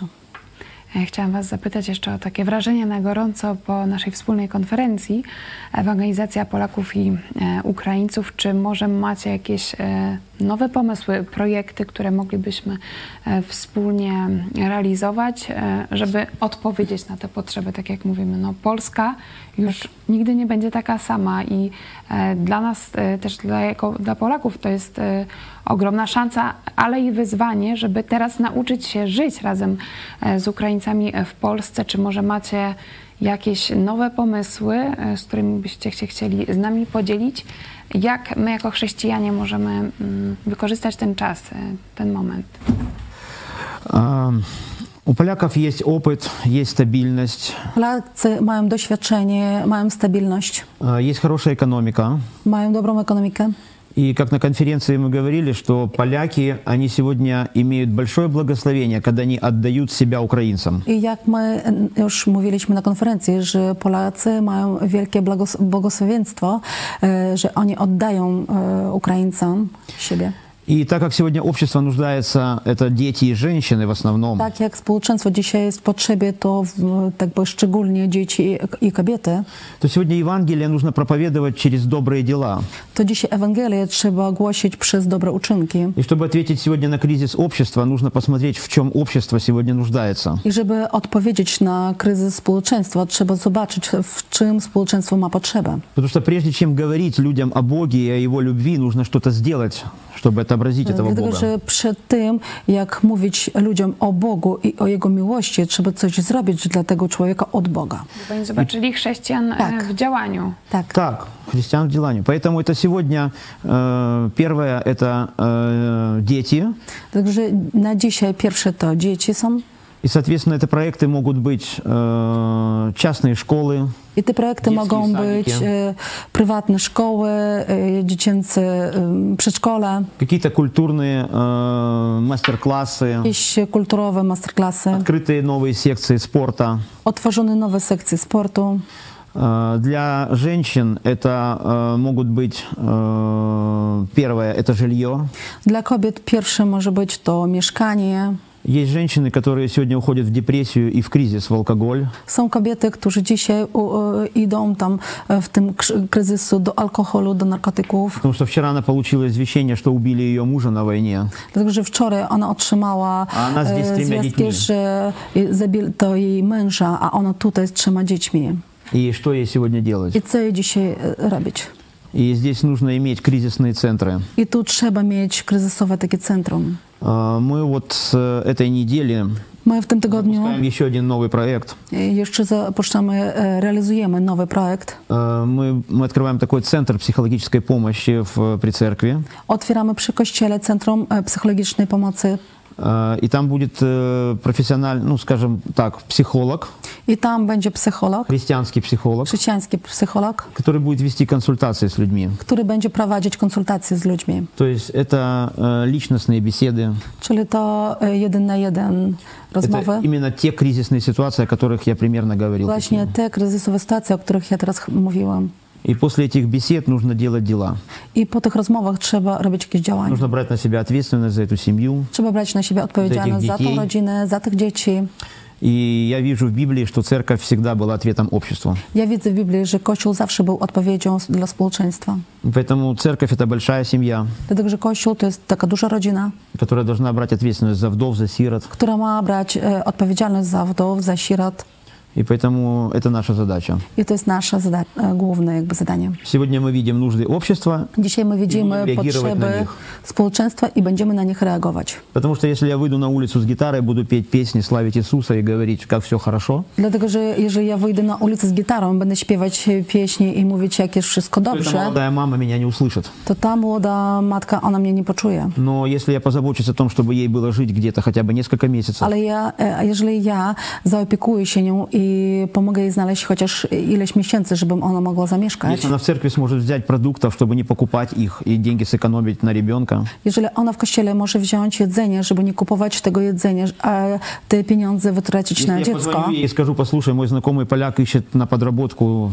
S1: E, Chciałam Was zapytać jeszcze o takie wrażenie na gorąco po naszej wspólnej konferencji Ewangelizacja Polaków i e, Ukraińców. Czy może macie jakieś e, nowe pomysły, projekty, które moglibyśmy e, wspólnie realizować, e, żeby odpowiedzieć na te potrzeby, tak jak mówimy, no Polska już nigdy nie będzie taka sama i e, dla nas, e, też dla, jako, dla Polaków to jest e, ogromna szansa, ale i wyzwanie, żeby teraz nauczyć się żyć razem e, z Ukraińcami w Polsce. Czy może macie jakieś nowe pomysły, e, z którymi byście się chcieli z nami podzielić? Jak my jako chrześcijanie możemy mm, wykorzystać ten czas, e, ten moment?
S3: А, У поляков есть опыт, есть стабильность,
S2: Polacy mają doświadczenie, mają stabilność,
S3: а, есть хорошая экономика.
S2: mają dobrą ekonomikę.
S3: И как на конференции мы говорили, что поляки, они сегодня имеют большое благословение, когда они отдают себя украинцам.
S2: I jak my n- już mówiliśmy na konferencji, że Polacy mają wielkie blagos- błogosławieństwo, e, że oni oddają e, Ukraińcom siebie.
S3: И так как сегодня общество нуждается, это дети и женщины в основном,
S2: Tak jak społeczeństwo dzisiaj jest w potrzebie, to w, tak by szczególnie dzieci i, i kobiety,
S3: то сегодня Евангелие нужно проповедовать через добрые дела.
S2: to dzisiaj Ewangelię trzeba głosić przez dobre uczynki.
S3: И чтобы ответить сегодня на кризис общества, нужно посмотреть, в чем общество сегодня нуждается.
S2: I żeby odpowiedzieć na kryzys społeczeństwa, trzeba zobaczyć, w czym społeczeństwo ma potrzebę.
S3: Потому что прежде чем говорить людям о Боге и о Его любви, нужно что-то сделать, чтобы отобразить этого
S2: Dlatego,
S3: Бога.
S2: że przed tym, jak mówić ludziom o Bogu i o Jego miłości, trzeba coś zrobić dla tego człowieka od Boga.
S1: Żeby oni zobaczyli chrześcijan e,
S2: Tak.
S1: w działaniu.
S2: Tak.
S3: Так, христиан в делании. Поэтому это сегодня э, первое это э, дети,
S2: Także na dzisiaj pierwsze to dzieci są.
S3: и соответственно это проекты могут быть э, частные szkoły,
S2: I te projekty
S3: Dzieci,
S2: mogą
S3: sadiki.
S2: być e, prywatne szkoły, e, dziecięce e, przedszkola,
S3: какие-то культурные э, мастер-классы,
S2: jakieś kulturowe masterclassy,
S3: открытые новые секции спорта.
S2: otworzone nowe sekcje sportu.
S3: Э, Для женщин это э, могут быть э, первое это жилье.
S2: Dla kobiet pierwsze może być to mieszkanie.
S3: Есть женщины, которые сегодня уходят в депрессию и в кризис в алкоголь.
S2: Są kobiety, którzy dzisiaj u, u, idą tam e, w tym krz- kryzysu do alkoholu, do narkotyków.
S3: Потому что вчера она получила извещение, что убили ее mужа на войне.
S2: Dlatego, że wczoraj ona otrzymała
S3: A ona z
S2: e,
S3: dziećmi dziećmi.
S2: zwiastki, że e, zabil to jej męża, a ona tutaj z trzema dziećmi.
S3: И что ей сегодня делать?
S2: I co jej dzisiaj e, robić?
S3: И здесь нужно иметь кризисные центры.
S2: I tu trzeba mieć kryzysowe takie centrum.
S3: А, Мы вот с э, этой недели
S2: My w tym tygodniu
S3: ставим еще один новый проект.
S2: e, jeszcze zapuszczamy, e, realizujemy nowy projekt.
S3: А, Мы, мы открываем такой центр психологической помощи в, э, при церкви.
S2: Otwieramy przy kościele Centrum e, Psychologicznej Pomocy
S3: А, И там будет э, профессиональный, ну, скажем так, психолог,
S2: i tam będzie psycholog,
S3: христианский психолог,
S2: chrześcijański psycholog,
S3: который будет вести консультации с людьми.
S2: który będzie prowadzić konsultacje z ludźmi.
S3: То есть это э, lичностные bеседы.
S2: Czyli to e, jeden na jeden
S3: Это
S2: rozmowy.
S3: именно те кризисные ситуации, о которых я примерно говорил.
S2: Właśnie te kryzysowe sytuacje, o których ja teraz ch- mówiłam.
S3: И после этих бесед нужно делать дела.
S2: I po tych rozmowach trzeba robić jakieś działania.
S3: Нужно брать на себя ответственность за эту семью.
S2: Trzeba brać na siebie odpowiedzialność za
S3: dzieci.
S2: tą rodzinę, za tych dzieci.
S3: И я вижу в Библии, что церковь всегда была ответом обществу.
S2: Ja widzę w Biblii, że Kościół zawsze był odpowiedzią s- dla społeczeństwa.
S3: Поэтому церковь – это большая семья,
S2: Dlatego, że Kościół to jest taka duża rodzina,
S3: которая должна брать ответственность за вдов, за сирот,
S2: która ma brać e, odpowiedzialność za wdów, za sierot,
S3: И поэтому это наша задача.
S2: I to jest nasze zada- e, główne jakby zadanie.
S3: Сегодня мы видим нужды общества,
S2: Dzisiaj my widzimy
S3: będziemy reagować na
S2: potrzeby
S3: nich.
S2: społeczeństwa i będziemy na nich reagować.
S3: потому что если я выйду на улицу с гитарой, буду петь песни, славить Иисуса и говорить, как все хорошо,
S2: Dlatego, że jeżeli ja wyjdę na ulicę z gitarą, będę śpiewać e, pieśni i mówić, jak jest wszystko
S3: то эта
S2: dobrze,
S3: молодая мама меня не услышит.
S2: to ta młoda matka, ona mnie nie poczuje.
S3: Но если я позабочусь о том, чтобы ей было жить где-то хотя бы несколько месяцев,
S2: Ale ja, e, a jeżeli ja zaopiekuję się nią i pomogę jej znaleźć chociaż ileś miesięcy, żebym ona mogła zamieszkać,
S3: если она в церкви сможет взять продуктов, чтобы не покупать их и деньги сэкономить на ребенка,
S2: jeżeli ona w kościele może wziąć jedzenie, żeby nie kupować tego jedzenia, a te pieniądze wytracić
S3: Если
S2: na
S3: я
S2: dziecko,
S3: позвоню ей и скажу, послушай, мой знакомый поляк ищет на подработку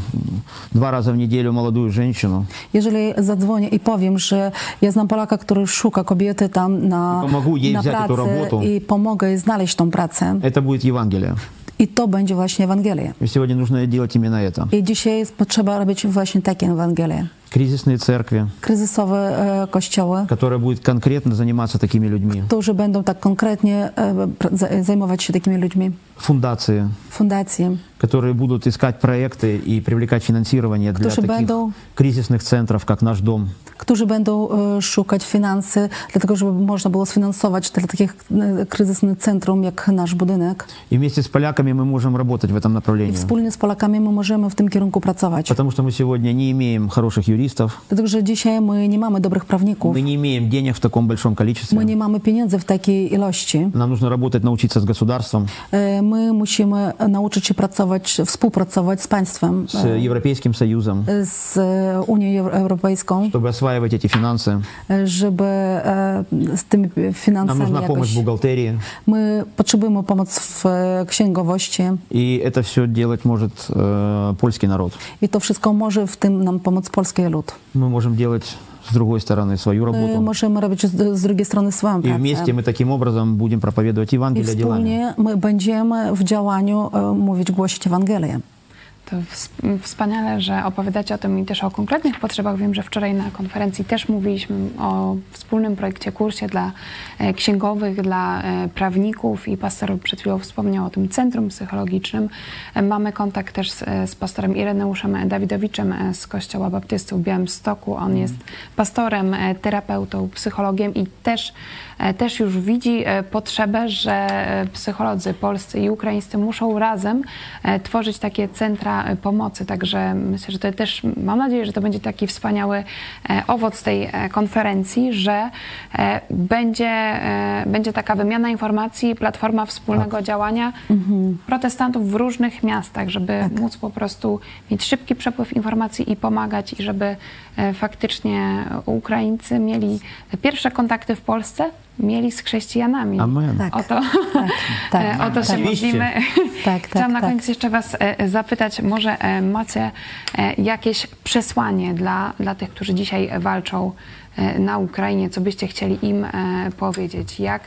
S3: два раза в неделю молодую женщину.
S2: jeżeli zadzwonię i powiem, że ja znam Polaka, który szuka kobiety tam na,
S3: I pomogę jej
S2: na
S3: wziąć tą
S2: pracę
S3: robotę.
S2: i pomogę jej znaleźć tą pracę,
S3: Это будет Евангелие.
S2: i to będzie właśnie Ewangelia.
S3: И сегодня нужно делать именно это.
S2: I dzisiaj jest potrzeba robić właśnie takie Ewangelie.
S3: Кризисные церкви,
S2: Kryzysowe e, kościoły,
S3: которые будут конкретно заниматься такими людьми.
S2: którzy będą tak konkretnie e, pr- zaj- zajmować się takimi ludźmi.
S3: Фундации,
S2: Fundacje,
S3: которые будут искать проекты и привлекать финансирование для
S2: Кто же
S3: таких
S2: Бендл?
S3: кризисных центров, как наш дом.
S2: którzy będą e, szukać finansy, dlatego żeby można było sfinansować dla takich e, kryzysnych centrum jak nasz budynek.
S3: И вместе с поляками мы можем работать в этом
S2: I
S3: направлении.
S2: wspólnie z Polakami my możemy w tym kierunku pracować.
S3: Потому что мы сегодня не имеем хороших юристов,
S2: Dlatego, że dzisiaj my nie mamy dobrych prawników,
S3: мы не имеем денег в таком большом количестве.
S2: my nie mamy pieniędzy w takiej ilości.
S3: Нам нужно работать, научиться с государством,
S2: E, My musimy nauczyć się pracować, współpracować z państwem,
S3: с Европейским Союзem,
S2: e, z e, Unią Euro- Europejską,
S3: чтобы осваivать эти финансы.
S2: e, żeby e, z tymi
S3: Нам
S2: finansami
S3: нужна помощь в
S2: jakoś...
S3: бухгалтерии.
S2: My potrzebujemy pomocy w e, księgowości
S3: И это все делать может э, польский народ.
S2: i to wszystko może w tym nam pomóc polski lud.
S3: Мы можем делать с другой стороны свою
S2: My
S3: работу.
S2: możemy robić z, z drugiej strony swoją
S3: И
S2: pracę.
S3: вместе мы таким образом будем проповедовать
S2: I
S3: Евангелие делами.
S2: wspólnie my będziemy w działaniu e, mówić, głosić Ewangelię.
S1: To ws- wspaniale, że opowiadacie o tym i też o konkretnych potrzebach. Wiem, że wczoraj na konferencji też mówiliśmy o wspólnym projekcie, kursie dla e, księgowych, dla e, prawników i pastor przed chwilą wspomniał o tym centrum psychologicznym. E, Mamy kontakt też z, e, z pastorem Ireneuszem Dawidowiczem e, z Kościoła Baptystów w Białymstoku. On jest pastorem, e, terapeutą, psychologiem i też, e, też już widzi e, potrzebę, że e, psycholodzy polscy i ukraińscy muszą razem e, tworzyć takie centra e, pomocy. Także myślę, że to też, mam nadzieję, że to będzie taki wspaniały e, owoc tej e, konferencji, że e, będzie, e, będzie taka wymiana informacji, platforma wspólnego działania
S2: Mhm.
S1: protestantów w różnych miastach, żeby
S2: Tak.
S1: móc po prostu mieć szybki przepływ informacji i pomagać, i żeby e, faktycznie Ukraińcy mieli te pierwsze kontakty w Polsce, mieli z chrześcijanami.
S3: Amen.
S2: Tak.
S1: O to,
S2: Tak, tak,
S1: o to się
S3: tak.
S1: modlimy.
S2: Tak, tak,
S1: Chciałam na
S2: tak.
S1: koniec jeszcze Was e, zapytać, może e, macie e, jakieś przesłanie dla, dla tych, którzy dzisiaj walczą e, na Ukrainie, co byście chcieli im e, powiedzieć? Jak,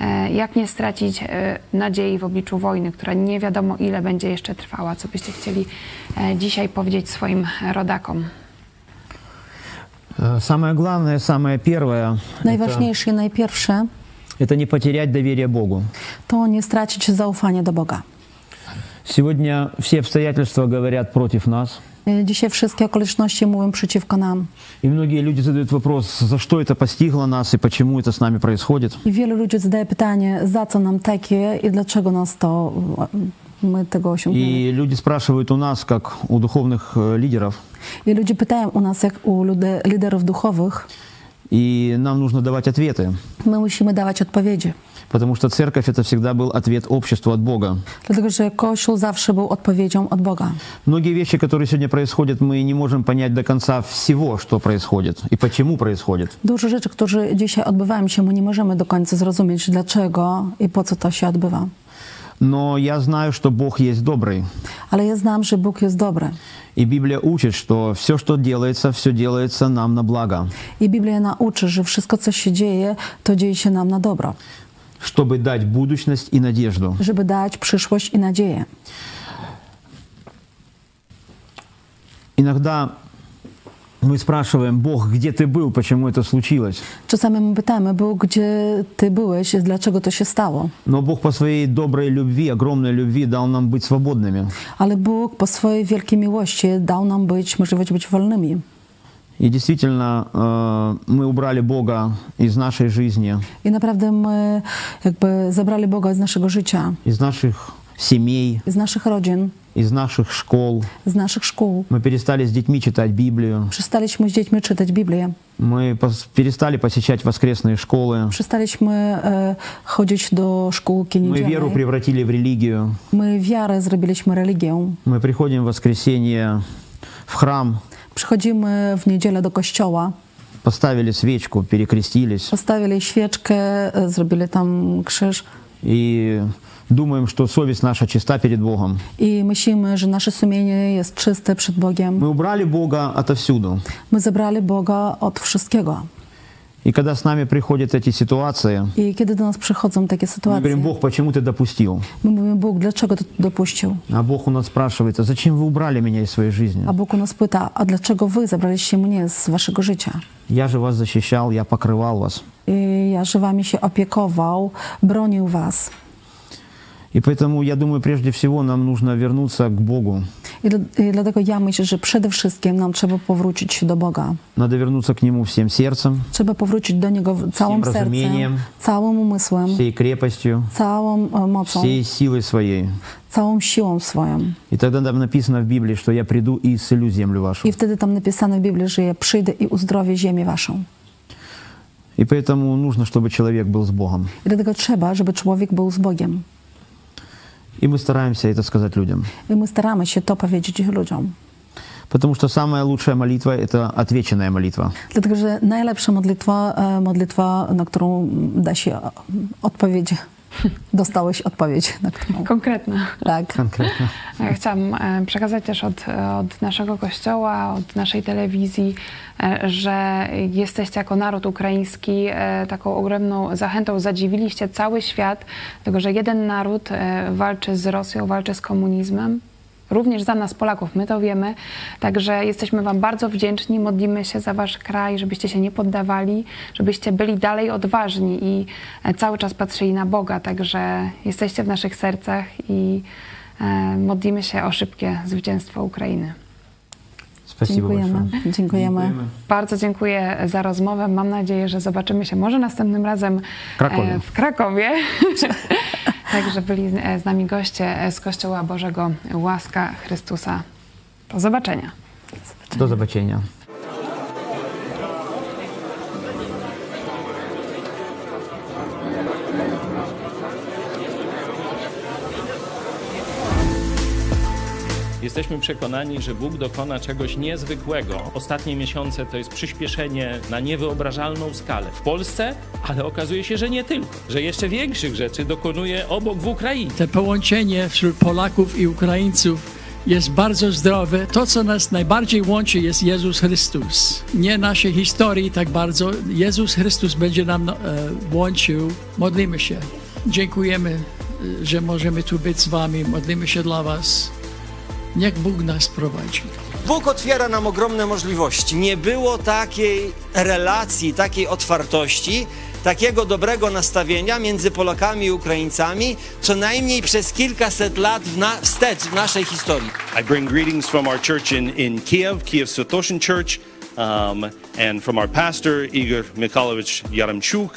S1: e, jak nie stracić e, nadziei w obliczu wojny, która nie wiadomo ile będzie jeszcze trwała? Co byście chcieli e, dzisiaj powiedzieć swoim rodakom?
S3: Э, Самое главное, самое первое, это,
S2: Najważniejsze i najpierwsze
S3: это не потерять доверие Богу.
S2: to nie stracić zaufania do Boga.
S3: Сегодня все обстоятельства говорят против нас.
S2: E, Dzisiaj wszystkie okoliczności mówią przeciwko nam.
S3: И многие люди задают вопрос, за что это постигло нас и почему это с нami происходит.
S2: I wielu ludzi zadaje pytanie, za co nam takie i dlaczego nas to, my tego osiągnęli.
S3: И люди спрашивают у нас, как у духовных э, лидеров,
S2: I ludzie pytają u nas, jak u lude- liderów duchowych,
S3: и нам нужно давать ответы,
S2: my musimy dawać odpowiedzi.
S3: потому что церковь это всегда был ответ обществу от Бога.
S2: Dlatego, że Kościół zawsze był odpowiedzią od Boga.
S3: Многие вещи, которые сегодня происходят, мы не можем понять до конца всего, что proисходит и почему происходит.
S2: Dużo rzeczy, które dzisiaj odbywają się, my nie możemy do końca zrozumieć, dlaczego i po co to się odbywa.
S3: Но я знаю, что Бог есть добрый.
S2: Ale ja znam, że Bóg jest dobry.
S3: И Библия учит, что все, что делается, все делается нам на благо,
S2: I Biblia nauczy, że wszystko, co się dzieje, to dzieje się nam na dobro,
S3: чтобы дать будущность и надежду.
S2: żeby dać przyszłość i nadzieję.
S3: Иногда м, Мы спрашиваем, Бог, где ты был, почему это случилось?
S2: Czasami my pytamy, Bóg, gdzie Ty byłeś, dlaczego to się stało?
S3: Но Бог по своей доброй любви, огромной любви дал нам быть свободными.
S2: Ale Bóg po swojej wielkiej miłości dał nam być możliwość być wolnymi.
S3: И действительно, э, мы убрали Бога из нашей жизни,
S2: I naprawdę my jakby zabrali Boga z naszego życia,
S3: из наших семей,
S2: z naszych rodzin,
S3: из наших szkol.
S2: z naszych szkół.
S3: Мы перестали с детьми читать Библию.
S2: Przestaliśmy z dziećmi czytać Biblię.
S3: Мы пос- перестали посещать воскресные школы.
S2: Przestaliśmy e, chodzić do szkółki
S3: Мы веру
S2: niedzielnej.
S3: превратили в религию.
S2: My wiarę zrobiliśmy religią.
S3: Мы приходим в воскресенье в храм,
S2: Przychodzimy w niedzielę do kościoła,
S3: поставили свечку, перекрестились
S2: postawili świeczkę, e, zrobili tam krzyż
S3: и думаем, что совесть наша чиста перед Богом.
S2: i myślimy, że nasze sumienie jest czyste przed Bogiem.
S3: Мы убрали Бога отовсюду.
S2: My zabrali Boga od wszystkiego.
S3: И когда с нами приходят эти ситуации,
S2: I kiedy do nas przychodzą takie
S3: мы
S2: sytuacje,
S3: говорим, Бог, почему ты допустил?
S2: my mówimy, Bóg, dlaczego to dopuścił?
S3: А Бог у нас спрашивает, а зачем вы убрали меня из своей жизни?
S2: A Bóg u nas pyta, a dlaczego wy zabraliście mnie z waszego życia?
S3: Я же вас защищал, я покрывал вас.
S2: I ja, że wami się opiekował, bronił was.
S3: И поэтому, я думаю, прежде всего nam нужно вернуться к Богу.
S2: I, dl- I dlatego ja myślę, że przede wszystkim nam trzeba powrócić się do Boga.
S3: Надо вернуться к Нему всем сердцем,
S2: Trzeba powrócić do Niego w- całym
S3: rozumieniem.
S2: sercem, całym umysłem,
S3: всей крепостью,
S2: całą e, mocą,
S3: всей силой своей.
S2: całą siłą swoją.
S3: И тогда там написано в Библии, что я приду и исцелю землю вашу.
S2: I wtedy tam napisane w Biblii, że ja przyjdę i uzdrowię ziemię waszą.
S3: И поэтому нужно, чтобы человек был с Богом.
S2: I dlatego trzeba, żeby człowiek był z Bogiem.
S3: И мы стараемся это сказать людям.
S2: I my staramy się to powiedzieć ludziom.
S3: Потому что самая лучшая молитва – это отвеченная молитwa.
S2: Dlatego, że najlepsza modlitwa, e, modlitwa, na którą da się e, odpowiedź, dostałeś odpowiedź, na którą.
S1: Konkretna.
S2: Tak.
S3: Конкретно.
S1: Chciałam e, przekazać też od, od naszego kościoła, od naszej telewizji, e, że jesteście jako naród ukraiński e, taką ogromną zachętą. Zadziwiliście cały świat, tego że jeden naród e, walczy z Rosją, walczy z komunizmem. Również za nas, Polaków, my to wiemy. Także jesteśmy Wam bardzo wdzięczni, modlimy się za Wasz kraj, żebyście się nie poddawali, żebyście byli dalej odważni i e, cały czas patrzyli na Boga. Także jesteście w naszych sercach i E, Modlimy się o szybkie zwycięstwo Ukrainy.
S3: Спасибо
S2: Dziękujemy.
S3: большое.
S2: Dziękujemy.
S1: Bardzo dziękuję za rozmowę. Mam nadzieję, że zobaczymy się może następnym razem
S3: W Krakowie.
S1: e, w Krakowie. Także byli e, z nami goście e, z Kościoła Bożego Łaska Chrystusa. Do zobaczenia.
S3: До зобачення.
S4: Jesteśmy przekonani, że Bóg dokona czegoś niezwykłego. Ostatnie miesiące to jest przyspieszenie na niewyobrażalną skalę w Polsce, ale okazuje się, że nie tylko, że jeszcze większych rzeczy dokonuje obok w Ukrainie.
S5: Te połączenie wśród Polaków i Ukraińców jest bardzo zdrowe. To, co nas najbardziej łączy, jest Jezus Chrystus. Nie nasze historii tak bardzo. Jezus Chrystus będzie nam e, łączył. Modlimy się. Dziękujemy, e, że możemy tu być z Wami. Modlimy się dla Was. Niech Bóg nas prowadzi.
S6: Bóg otwiera nam ogromne możliwości. Nie było takiej relacji, takiej otwartości, takiego dobrego nastawienia między Polakami i Ukraińcami, co najmniej przez kilkaset lat w na, wstecz w naszej historii.
S7: I bring greetings from our church in, in Kiev, Kiev Svetoshin Church, um, and from our pastor, Igor Mikhailovich Yaramchuk.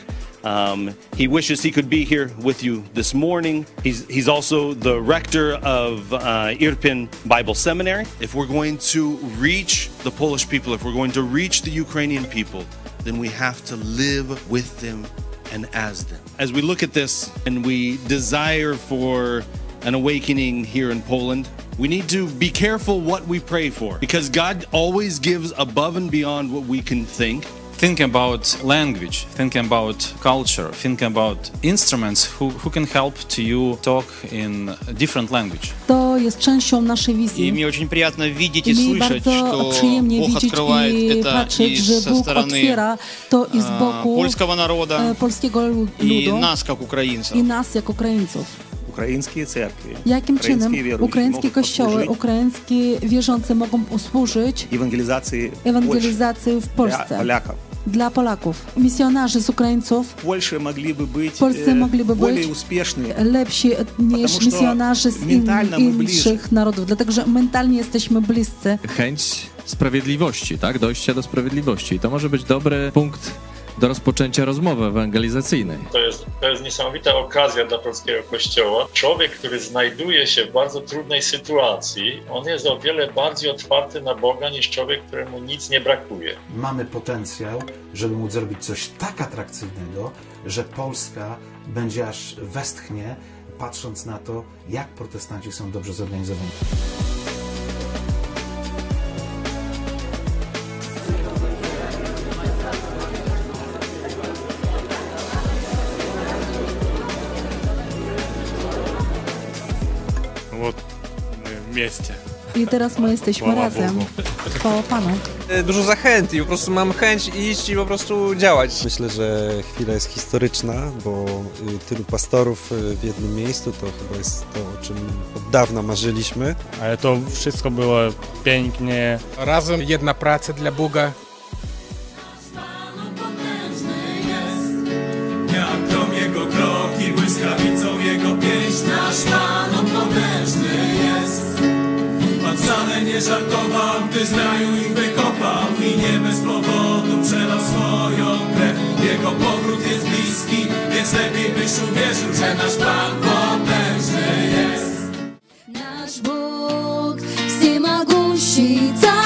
S7: Um, he wishes he could be here with you this morning. He's, he's also the rector of uh, Irpin Bible Seminary.
S8: If we're going to reach the Polish people, if we're going to reach the Ukrainian people, then we have to live with them and as them.
S7: As we look at this and we desire for an awakening here in Poland, we need to be careful what we pray for because God always gives above and beyond what we can think.
S9: think about language, think about culture, think about instruments who, who can help to you talk in a different language.
S10: To jest częścią naszej
S11: И
S10: wizji.
S11: мне очень приятно видеть и,
S10: I mi
S11: слышать,
S10: bardzo
S11: что
S10: przyjemnie
S11: Бог
S10: widzieć
S11: открывает
S10: i
S11: это
S10: patrzeć,
S11: и
S10: że
S11: со
S10: Bóg
S11: стороны
S10: otwiera to i z
S11: а,
S10: boku
S11: польского
S10: e,
S11: народа
S2: э,
S10: polskiego
S11: и
S10: ludu
S11: нас, как украинцев.
S10: i nas jako Ukraińców.
S6: ukraińskiej cerkwi.
S2: Jakim czynem
S6: Ukraińskie wierujący
S2: ukraińskie
S6: mogą
S2: kościoły,
S6: posłużyć
S2: ukraińskie wierzący mogą usłużyć
S6: ewangelizacji
S2: ewangelizacji w
S6: Polski
S2: Polsce
S6: dla Polaków.
S2: dla Polaków. Misjonarzy z Ukraińców
S6: W Polsce mogliby być
S2: W Polsce
S6: e,
S2: mogliby być
S6: более успешны.
S2: lepsi e, niż
S6: Потому что
S2: misjonarzy z in,
S6: mentalnie my bliżej.
S2: innych narodów, dlatego że mentalnie jesteśmy bliscy.
S12: chęć sprawiedliwości, tak? Dojścia do sprawiedliwości. I to może być dobry punkt do rozpoczęcia rozmowy ewangelizacyjnej.
S4: To jest, to jest niesamowita okazja dla polskiego kościoła. Człowiek, który znajduje się w bardzo trudnej sytuacji, on jest o wiele bardziej otwarty na Boga niż człowiek, któremu nic nie brakuje.
S13: mamy potencjał, żeby móc zrobić coś tak atrakcyjnego, że Polska będzie aż westchnie, patrząc na to, jak protestanci są dobrze zorganizowani.
S14: Вот мы вместе.
S2: I teraz my jesteśmy
S14: Chwała
S2: razem.
S14: Bogu.
S2: Chwała Panu.
S15: Dużo zachęty, po prostu mam chęć iść i po prostu działać. Myślę, że chwila jest historyczna, bo y, tylu pastorów y, w jednym miejscu to chyba jest to, o czym od dawna marzyliśmy.
S14: Ale to wszystko było pięknie.
S16: Razem jedna praca dla Boga.
S7: Jak dom jego kroki, błyskawicą jego pięść Nasz Pan on potężny jest Pan wcale nie żartował, gdy z raju ich wykopał I nie bez powodu przelał swoją krew Jego powrót jest bliski, więc lepiej byś uwierzył Że nasz Pan potężny jest
S17: Наш Бог всемогущий царь.